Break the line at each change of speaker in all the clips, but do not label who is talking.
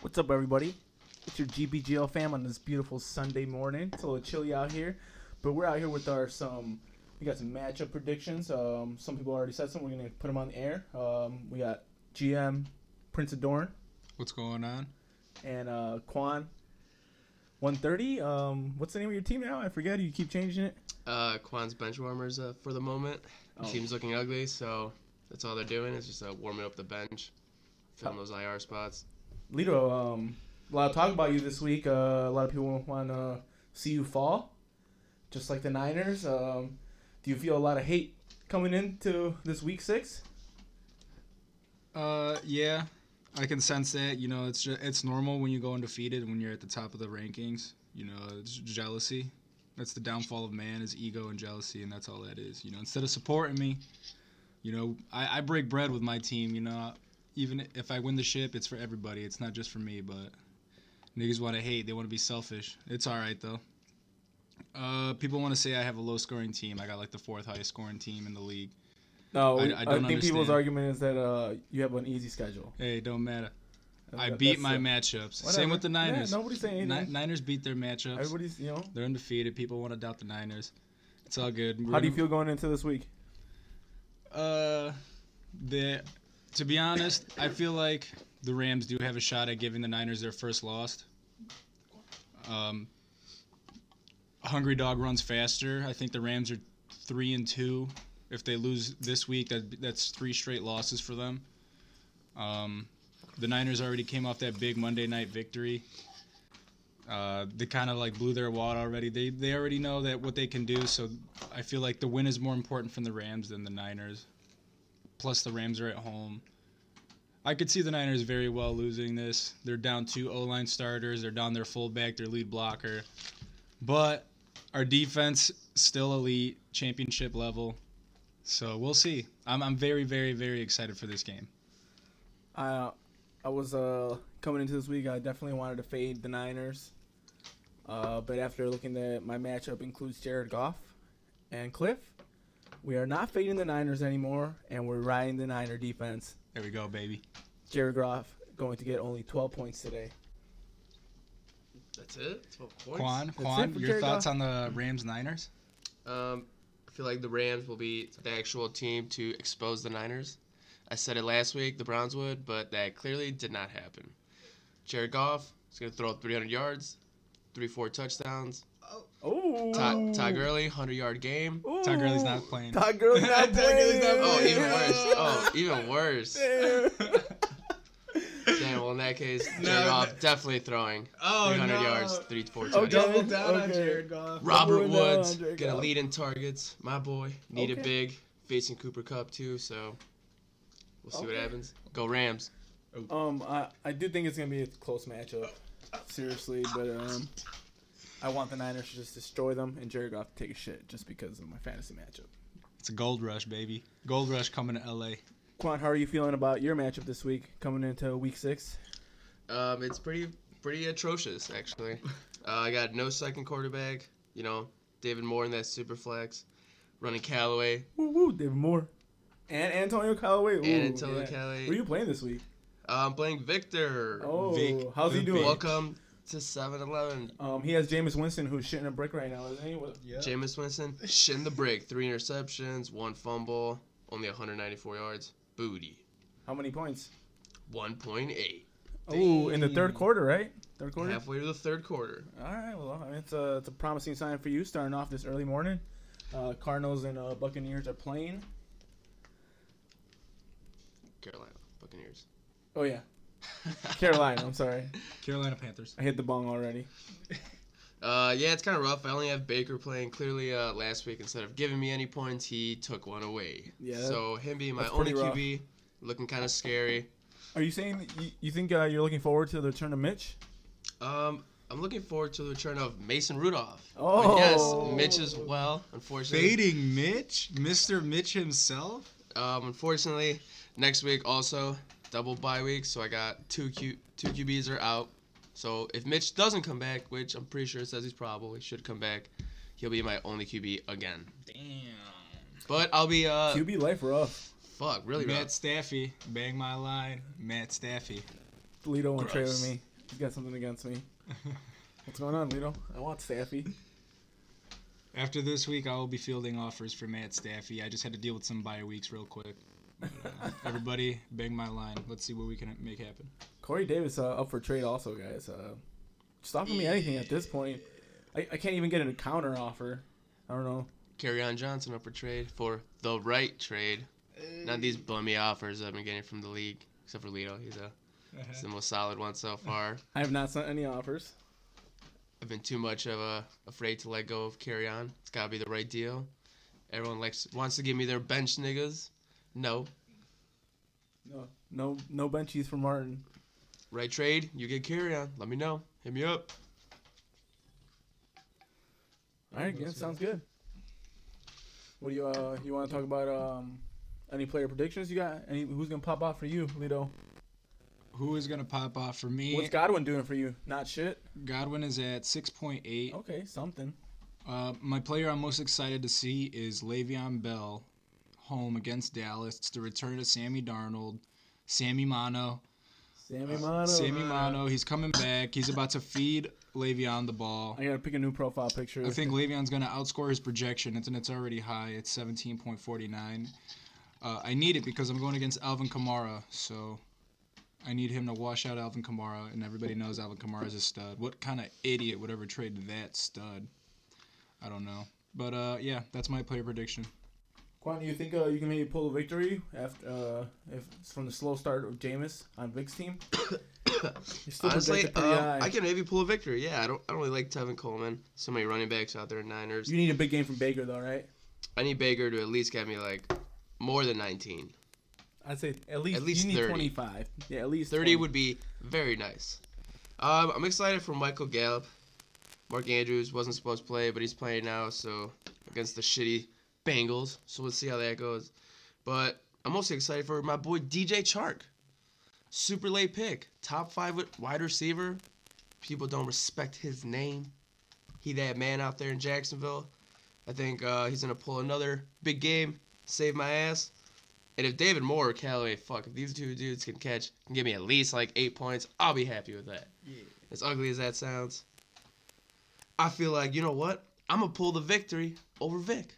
What's up, everybody? It's your GBGL fam on this beautiful Sunday morning. It's a little chilly out here, but we're out here with our some. We got some matchup predictions. Um, some people already said some. We're gonna put them on the air. Um, we got GM Prince Adorn
What's going on?
and uh, Quan. 130. Um, what's the name of your team now? I forget. You keep changing it.
Uh, Quan's bench warmers uh, for the moment. The
Oh.
team's looking ugly, so that's all they're doing is just uh, warming up the bench, filling
Oh.
those IR spots.
Lito, um, a lot of talk about you this week. Uh, a lot of people want to see you fall, just like the Niners. Um, do you feel a lot of hate coming into this week six?
Uh, yeah, I can sense that. You know, it's just, it's normal when you go undefeated when you're at the top of the rankings. You know, it's jealousy. That's the downfall of man is ego and jealousy, and that's all that is. You know, instead of supporting me, you know, I, I break bread with my team. You know, even if I win the ship, it's for everybody. It's not just for me. But niggas want to hate. They want to be selfish. It's all right though. Uh, people want to say I have a low scoring team. I got like the fourth highest scoring team in the league.
No,
I-
I,
I
think
don't
people's
understand.
argument is that uh, you have an easy schedule.
Hey, don't matter. I
That-
beat
that's
my
it.
matchups.
Whatever.
Same with the
Yeah,
Niners.
nobody's saying
Ni-
anything.
Niners beat their matchups.
Everybody's, you know.
They're undefeated. People want to doubt the Niners. It's all good. We're
How do you
gonna-
feel going into this week?
Uh, the to be honest, I feel like the Rams do have a shot at giving the Niners their first loss. Um, hungry dog runs faster. I think the Rams are three and two. If they lose this week, that that's three straight losses for them. Um, the Niners already came off that big Monday night victory. Uh, they kind of like blew their wad already. They they already know that what they can do. So I feel like the win is more important from the Rams than the Niners. Plus the Rams are at home. I could see the Niners very well losing this. They're down two O line starters. They're down their fullback, their lead blocker. But our defense still elite, championship level. So we'll see. I'm, I'm very, very, very excited for this game.
I I was uh coming into this week. I definitely wanted to fade the Niners, uh, but after looking at my matchup includes Jared Goff and Cliff, we are not fading the Niners anymore, and we're riding the Niner defense.
There we go, baby.
Jared Goff going to get only 12 points today.
That's it. Twelve points.
Quan,
for
Quan, your
Jared
thoughts
Goff.
on the Rams Niners?
Um, I feel like the Rams will be the actual team to expose the Niners. I said it last week, the Browns would, but that clearly did not happen. Jared Goff is going to throw 300 yards, three, four touchdowns.
Oh,
Todd, Todd Gurley, 100 yard game.
Todd Gurley's not playing.
Todd Gurley's not
Todd
playing.
Gurley's not
Oh, even
Yeah.
worse. Oh, even worse. Damn, well, in that case, Jared
No,
Goff
no.
definitely throwing
Oh,
300
no.
yards, three, four
Okay. Oh,
touchdowns.
Double down on
Okay.
Jared Goff.
Robert
Doubling down
Woods
on Jared
gonna
Goff.
lead in targets. My boy needed
Okay.
big, facing Cooper Cup too. So we'll see what
Okay.
happens. Go Rams.
Um, I, I do think it's gonna be a close matchup, seriously. But um, I want the Niners to just destroy them and Jared Goff to take a shit just because of my fantasy matchup.
It's a gold rush, baby. Gold rush coming to LA.
Quan, how are you feeling about your matchup this week coming into Week Six?
Um, it's pretty pretty atrocious actually. Uh, I got no second quarterback. You know, David Moore in that super flex, running Callaway
Woo woo, David Moore and Antonio Callaway. Ooh,
and Antonio Callaway.
Who are you playing this week?
Uh, I'm playing Victor.
Oh,
Vic
how's he
the
doing?
Vic.
Welcome to 7-Eleven.
Um, he has Jameis Winston who's shitting a brick right now, isn't he? What-
Yeah.
Jameis Winston, shin the break. Three interceptions, one fumble, only 194 yards. Booty,
How many points?
1.8.
Oh, in the third
Damn.
quarter, right? Third quarter.
Halfway to the third quarter.
All right. Well, I mean, it's a it's a promising sign for you starting off this early morning. Uh, Cardinals and uh, Buccaneers are playing.
Carolina Buccaneers.
Oh yeah, Carolina. I'm sorry,
Carolina Panthers.
I hit the bong already.
Uh, yeah, it's kind of rough. I only have Baker playing. Clearly, uh, last week instead of giving me any points, he took one away.
Yeah,
So him being my
that's
only
pretty rough.
QB, looking kind of scary.
Are you saying that you, you think uh, you're looking forward to the return of Mitch?
Um, I'm looking forward to the return of Mason Rudolph.
Oh.
Uh, Yes, Mitch as well. Unfortunately.
Fading Mitch? Mr. Mitch himself?
Um, unfortunately, next week also double bye week, so I got two Q two QBs are out. So if Mitch doesn't come back, which I'm pretty sure it says he's probably should come back, he'll be my only QB again.
Damn.
But I'll be uh
QB life rough.
fuck really
Matt
bad.
Staffy, bang my line. Matt Staffy.
Lito won't trade with
Gross.
me. He's got something against me. What's going on, Lito? I want Staffy.
After this week, I will be fielding offers for Matt Staffy. I just had to deal with some bye weeks real quick. Everybody, bang my line. Let's see what we can make happen.
Corey Davis uh, up for trade also, guys. Uh, just offer me anything at this point. I, I can't even get a counter offer. I don't know.
Carry on Johnson up for trade for the right trade. Not these bummy offers I've been getting from the league, except for Lito. He's a he's the most solid one so far.
I have not sent any offers.
I've been too much of a afraid to let go of carry on. It's gotta be the right deal. Everyone likes wants to give me their bench niggas. No.
No, no, no benchies for Martin.
Right trade, you get carry on. Let me know. Hit me up.
All right, yeah, sounds good. What do you uh you want to talk about? Um, any player predictions you got? Any who's gonna pop off for you, Lito?
Who is gonna pop off for me?
What's Godwin doing for you? Not shit.
Godwin is at 6.8.
Okay, something.
Uh, my player I'm most excited to see is Le'Veon Bell, home against Dallas. It's the return of Sammy Darnold, Sammy Mano,
Sammy Mano.
Sammy Mano. He's coming back. He's about to feed Le'Veon the ball.
I gotta pick a new profile picture.
I think Le'Veon's going to outscore his projection, and it's already high. It's 17.49. Uh, I need it because I'm going against Alvin Kamara, so I need him to wash out Alvin Kamara, and everybody knows Alvin Kamara's a stud. What kind of idiot would ever trade that stud? I don't know. But uh, yeah, that's my player prediction.
Quan, you think uh, you can maybe pull a victory after uh, if it's from the slow start of Jameis on Vic's team? You're still
Honestly,
projected pretty
um,
high.
I can maybe pull a victory. Yeah, I don't. I don't really like Tevin Coleman. So many running backs out there in Niners.
You need a big game from Baker though, right?
I need Baker to at least get me like more than 19.
I'd say at least
At least
you need
30.
25. Yeah, at least
30
20.
would be very nice. Um, I'm excited for Michael Gallup. Mark Andrews wasn't supposed to play, but he's playing now. So against the shitty Bengals. So we'll see how that goes. But I'm also excited for my boy DJ Chark. Super late pick, top five wi- wide receiver. People don't respect his name. He that man out there in Jacksonville. I think uh, he's gonna pull another big game, save my ass. And if David Moore or Callaway, fuck, if these two dudes can catch, can give me at least like eight points, I'll be happy with that. As ugly as that sounds, I feel like you know what? I'm gonna pull the victory over Vic.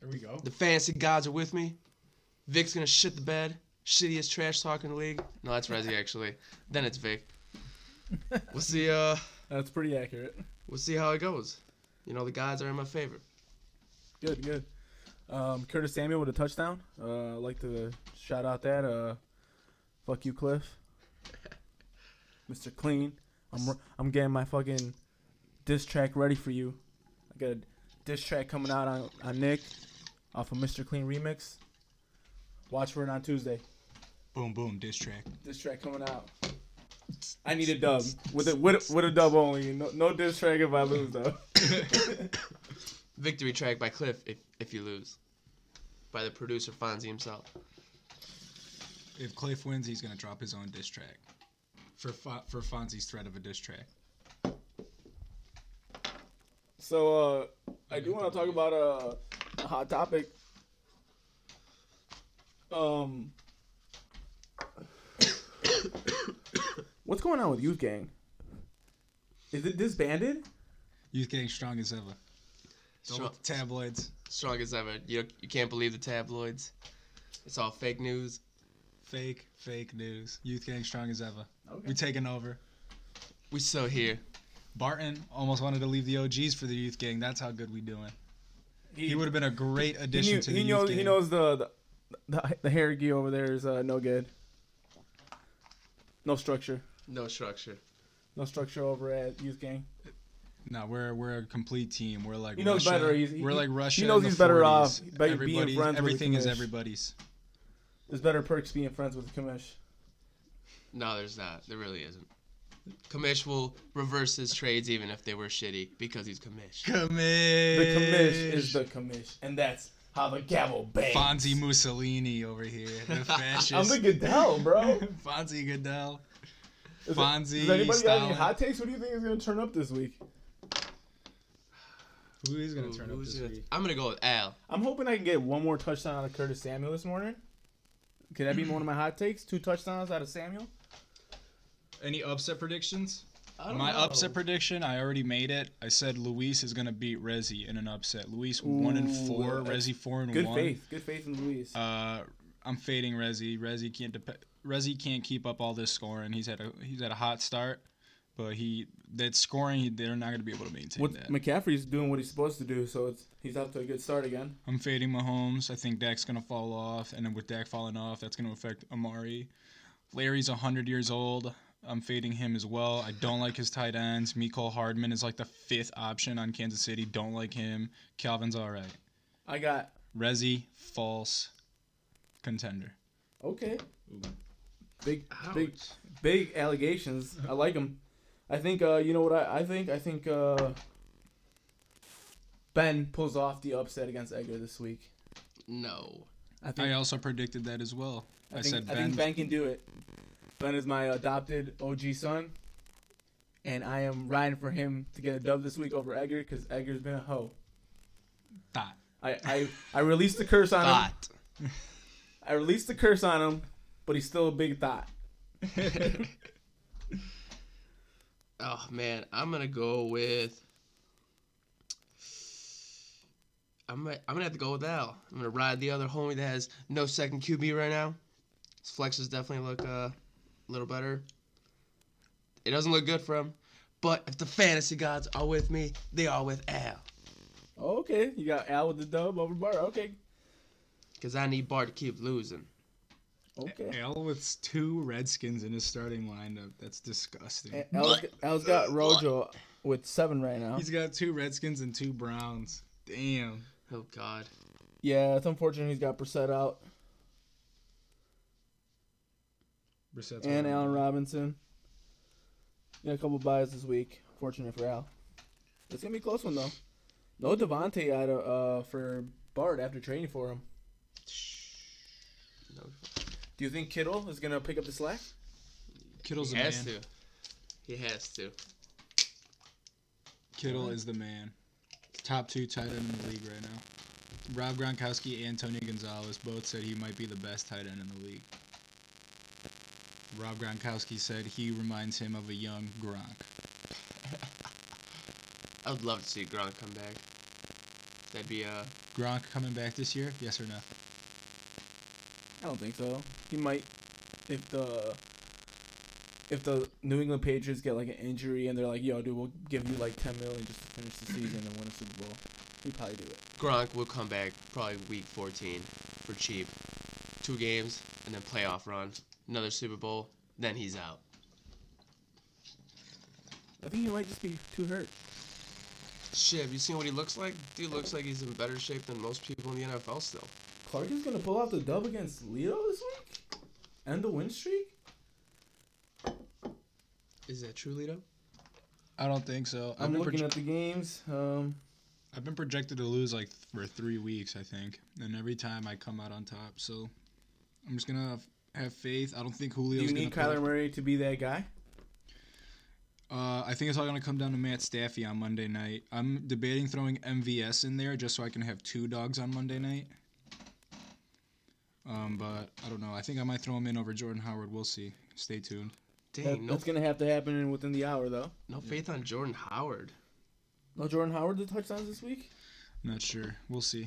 There we go.
The fantasy gods are with me. Vic's gonna shit the bed. Shittiest trash talk in the league. No, that's Rezzy actually. Then it's Vic. We'll see. Uh,
That's pretty accurate.
we'll see how it goes. You know, the gods are in my favor.
Good, good. Um, Curtis Samuel with a touchdown. Uh, I'd like to shout out that. Uh, fuck you, Cliff. Mr. Clean. I'm r- I'm getting my fucking diss track ready for you. I got a diss track coming out on, on Nick off of Mr. Clean Remix. Watch for it on Tuesday.
Boom, boom, diss track.
Diss track coming out. I need a dub with a with a, with a dub only. No, no diss track if I lose though.
Victory track by Cliff if, if you lose. By the producer Fonzie himself.
If Cliff wins, he's going to drop his own diss track for, Fo- for Fonzie's threat of a diss track.
So uh, I do want to talk about uh, a hot topic. Um, what's going on with Youth Gang? Is it disbanded?
Youth gang strong as ever. Don't
Strong-
let the tabloids.
strong as ever. You, you can't believe the tabloids. It's all fake news.
Fake, fake news. Youth gang strong as ever.
Okay.
We taking over.
We still here.
Barton almost wanted to leave the OGs for the youth gang. That's how good we doing. He would have been a great
He,
addition
knew,
to the
he
youth
knows.
gang.
He knows the the, the, the hairgy over there is uh, no good. No structure.
No structure.
No structure over at Youth Gang.
No, we're we're a complete team. We're like
He knows
Russia.
better. He's- he-
we're like Russia.
knows
in the
he's better
40s.
off by being
Everybody's-
friends with the
Everything is
commish.
everybody's.
There's better perks being friends with Kamish.
No, there's not. There really isn't. Kamish will reverse his trades even if they were shitty because he's Kamish.
Commish.
The Kamish is the Kamish, and that's how the gavel bangs.
Fonzie Mussolini over here. The fascist.
I'm the Goodell, bro.
Fonzie Goodell.
Is it-
Fonzie,
Does anybody got any
Stalin.
hot takes? What do you think is going to turn up this week?
Who is gonna
Who-
turn up
who's
this
gonna-
week?
I'm gonna go with Al.
I'm hoping I can get one more touchdown out of Curtis Samuel this morning. Could that be one of my hot takes? Two touchdowns out of Samuel.
Any upset predictions?
I don't
My
know.
upset prediction, I already made it. I said Luis is gonna beat Rezzy in an upset. Luis one and
Ooh,
four,
that's
Rezzy four and
Good
one.
faith. Good faith in Luis.
Uh, I'm fading Rezzy. Rezzy can't dep- Rezzy can't keep up all this scoring. He's had a he's had a hot start, but he that scoring he- they're not gonna be able to maintain
What
that.
McCaffrey's doing what he's supposed to do, so it's, he's off to a good start again.
I'm fading Mahomes. I think Dak's gonna fall off, and then with Dak falling off, that's gonna affect Amari. Larry's hundred years old. I'm fading him as well. I don't like his tight ends. Miko Hardman is like the fifth option on Kansas City. Don't like him. Calvin's all right.
I got
Rezzy, false contender.
okay. Big big
Ouch.
big allegations. I like him. I think uh, you know what I, I think. I think uh, Ben pulls off the upset against Edgar this week.
No.
I think
I also predicted that as well. I,
I think,
said
I
Ben.
think Ben can do it. Ben is my adopted OG son, and I am riding for him to get a dub this week over Edgar because Edgar's been a hoe.
Thought.
I, I, I released the curse on him.
Thought.
I released the curse on him, but he's still a big thought.
oh man, I'm gonna go with. I'm gonna, I'm gonna have to go with Al. I'm gonna ride the other homie that has no second QB right now. His flexes definitely look uh, a little better. It doesn't look good for him, but if the fantasy gods are with me, they are with Al.
Okay, you got Al with the dub over Bar. Okay,
Cause I need Bart to keep losing.
okay.
Al with two Redskins in his starting lineup. That's disgusting.
Al's, Al's got Rojo with seven right now.
He's got two Redskins and two Browns. Damn.
Oh God.
Yeah, it's unfortunate he's got Brissett out
Brissett's
and
one.
Allen Robinson. Yeah, a couple buys this week. Fortunate for Al. It's gonna be a close one though. No Devontae out of uh, for Bart after training for him.
No,
Do you think Kittle is gonna pick up the slack?
Kittle's
he
the man.
has to. He has to.
Kittle is the man. Top two tight end in the league right now. Rob Gronkowski and Tony Gonzalez both said he might be the best tight end in the league. Rob Gronkowski said he reminds him of a young Gronk.
I would love to see Gronk come back. That'd be uh
Gronk coming back this year? Yes or no?
I don't think so. He might if the if the New England Patriots get like an injury and they're like, "Yo, dude, we'll give you like ten million just to finish the season and win a Super Bowl," he'd probably do it.
Gronk will come back probably week 14 for cheap. Two games and then playoff run, another Super Bowl, then he's out.
I think he might just be too hurt.
Shit, have you seen what he looks like? Dude looks like he's in better shape than most people in the NFL still.
Clark is gonna pull off the dub against Leo this week, and the win streak.
Is that true, Lito?
I don't think so. I've
I'm
been
looking
proje-
at the games. Um,
I've been projected to lose like th- for three weeks, I think, and every time I come out on top. So I'm just gonna f- have faith. I don't think
do
Julio's
you
gonna.
need
play.
Kyler Murray to be that guy?
Uh, I think it's all gonna come down to Matt Staffy on Monday night. I'm debating throwing MVS in there just so I can have two dogs on Monday night. Um, but I don't know. I think I might throw him in over Jordan Howard. We'll see. Stay tuned.
That,
Dang, no,
that's gonna have to happen in, within the hour though.
no faith on Jordan Howard.
No Jordan Howard the touchdowns this week.
Not sure. We'll see.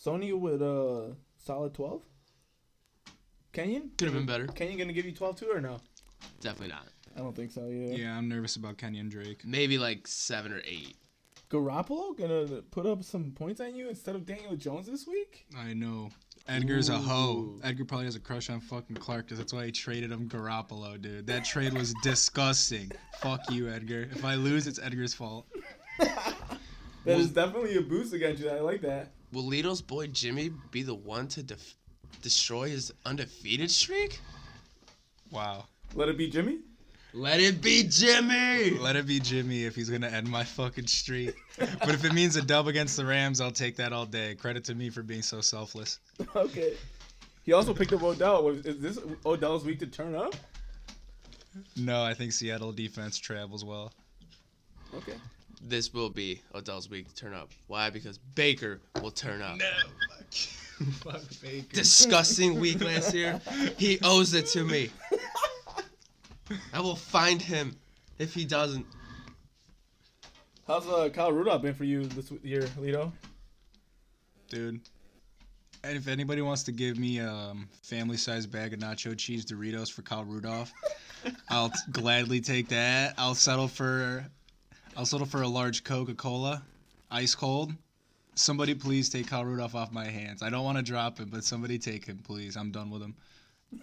Sony with a solid twelve. Kenyon.
Could have been better.
Kenyon gonna give you twelve too or no?
Definitely not.
I don't think so. Yeah.
Yeah, I'm nervous about Kenyon Drake.
Maybe like seven or eight.
Garoppolo gonna put up some points on you instead of Daniel Jones this week.
I know. Edgar's a hoe.
Ooh.
Edgar probably has a crush on fucking Clark because that's why he traded him Garoppolo, dude. That trade was disgusting. Fuck you, Edgar. If I lose, it's Edgar's fault.
That is definitely a boost against you. I like that.
Will Lito's boy Jimmy be the one to def- destroy his undefeated streak?
Wow.
Let it be Jimmy.
Let it be Jimmy!
Let it be Jimmy if he's going to end my fucking streak. but if it means a dub against the Rams, I'll take that all day. Credit to me for being so selfless.
okay. He also picked up Odell. Was, is this Odell's week to turn up?
No, I think Seattle defense travels well.
Okay.
this will be Odell's week to turn up. Why? Because Baker will turn up.
Fuck Baker.
Disgusting week last year. He owes it to me. I will find him if he doesn't.
How's uh, Kyle Rudolph been for you this w- year, Lito?
dude. And if anybody wants to give me a um, family size bag of nacho cheese Doritos for Kyle Rudolph, I'll t- gladly take that. I'll settle for, I'll settle for a large Coca Cola, ice cold. Somebody please take Kyle Rudolph off my hands. I don't want to drop him, but somebody take him, please. I'm done with him.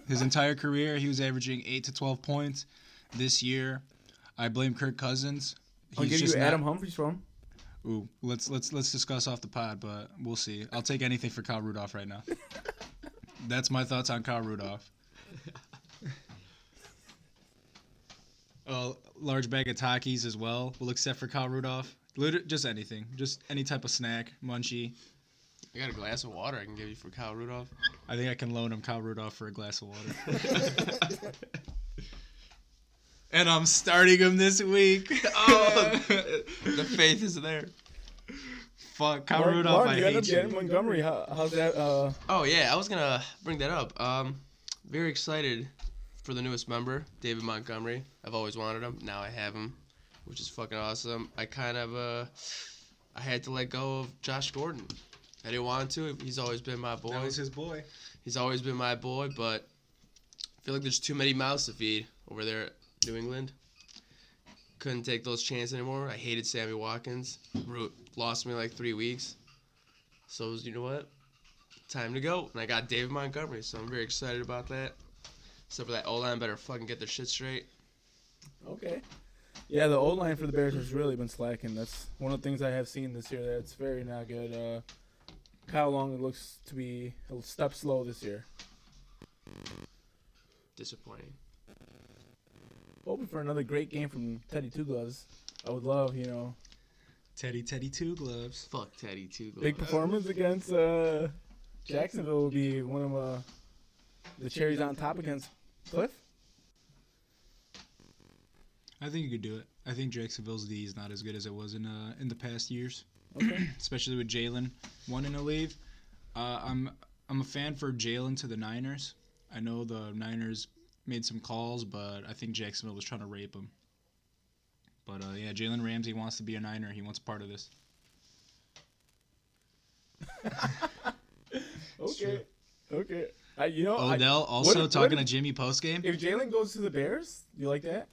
His entire career, he was averaging eight to twelve points. This year, I blame Kirk Cousins.
I'll
He's
give you
just not-
Adam Humphries for him.
Ooh, let's let's let's discuss off the pod, but we'll see. I'll take anything for Kyle Rudolph right now. That's my thoughts on Kyle Rudolph. A large bag of Takis as well. We'll accept for Kyle Rudolph. Liter- just anything, just any type of snack, munchie.
I got a glass of water I can give you for Kyle Rudolph.
I think I can loan him Kyle Rudolph for a glass of water. and I'm starting him this week.
oh, the faith is there.
fuck Kyle
Mark-
Rudolph.
Mark,
I
you end up
hate you.
getting Montgomery. How, how's that? Uh,
Oh yeah, I was gonna bring that up. Um, very excited for the newest member, David Montgomery. I've always wanted him. Now I have him, which is fucking awesome. I kind of uh, I had to let go of Josh Gordon. I didn't want to. He's always been my boy.
That was his boy.
He's always been my boy, but I feel like there's too many mouths to feed over there at New England. Couldn't take those chances anymore. I hated Sammy Watkins. Ru- Lost me like three weeks. So it was, you know what? Time to go. And I got David Montgomery, so I'm very excited about that. Except for that O line better fucking get their shit straight.
okay. Yeah, the old line for the Bears has really been slacking. That's one of the things I have seen this year. That's very not good. Uh, Kyle Long looks to be a step slow this year.
Disappointing.
Hoping for another great game from Teddy Two Gloves. I would love, you know,
Teddy, Teddy, two gloves.
Fuck Teddy too.
big performance against uh, Jacksonville would be one of uh, the cherries on top against Cliff.
I think you could do it. I think Jacksonville's D is not as good as it was in uh, in the past years,
Okay.
especially with Jalen wanting to leave. Uh, I'm I'm a fan for Jalen to the Niners. I know the Niners made some calls, but I think Jacksonville was trying to rape him. But uh, yeah, Jalen Ramsey wants to be a Niner. He wants part of this.
Okay. Okay. I, you know, I,
Odell also
what if-
talking
what if-
to Jimmy post game.
if Jalen goes to the Bears, you like that?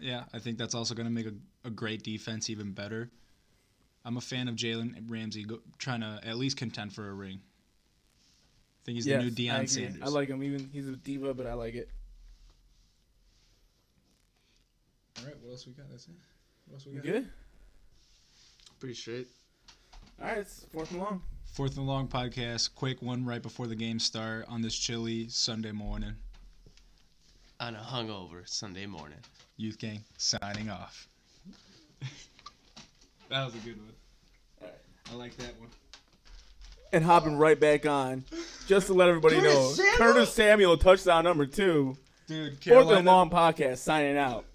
Yeah, I think that's also going to make a, a great defense even better. I'm a fan of Jalen Ramsey go, trying to at least contend for a ring. I think he's
Yes,
the new
I
Deion
agree.
Sanders.
I like him. Even he's a diva, but I like it.
All right, what else we got? That's it. What else we
You good?
Pretty straight.
All right, it's fourth and long.
Fourth and long podcast, quick one right before the game start on this chilly Sunday morning.
On a hungover Sunday morning.
Youth Gang signing off. that was a good one.
All right.
I like that one.
And hopping right back on, just to let everybody know, Curtis Samuel touchdown number two.
Dude,
Fourth
Carolina,
and long podcast signing out.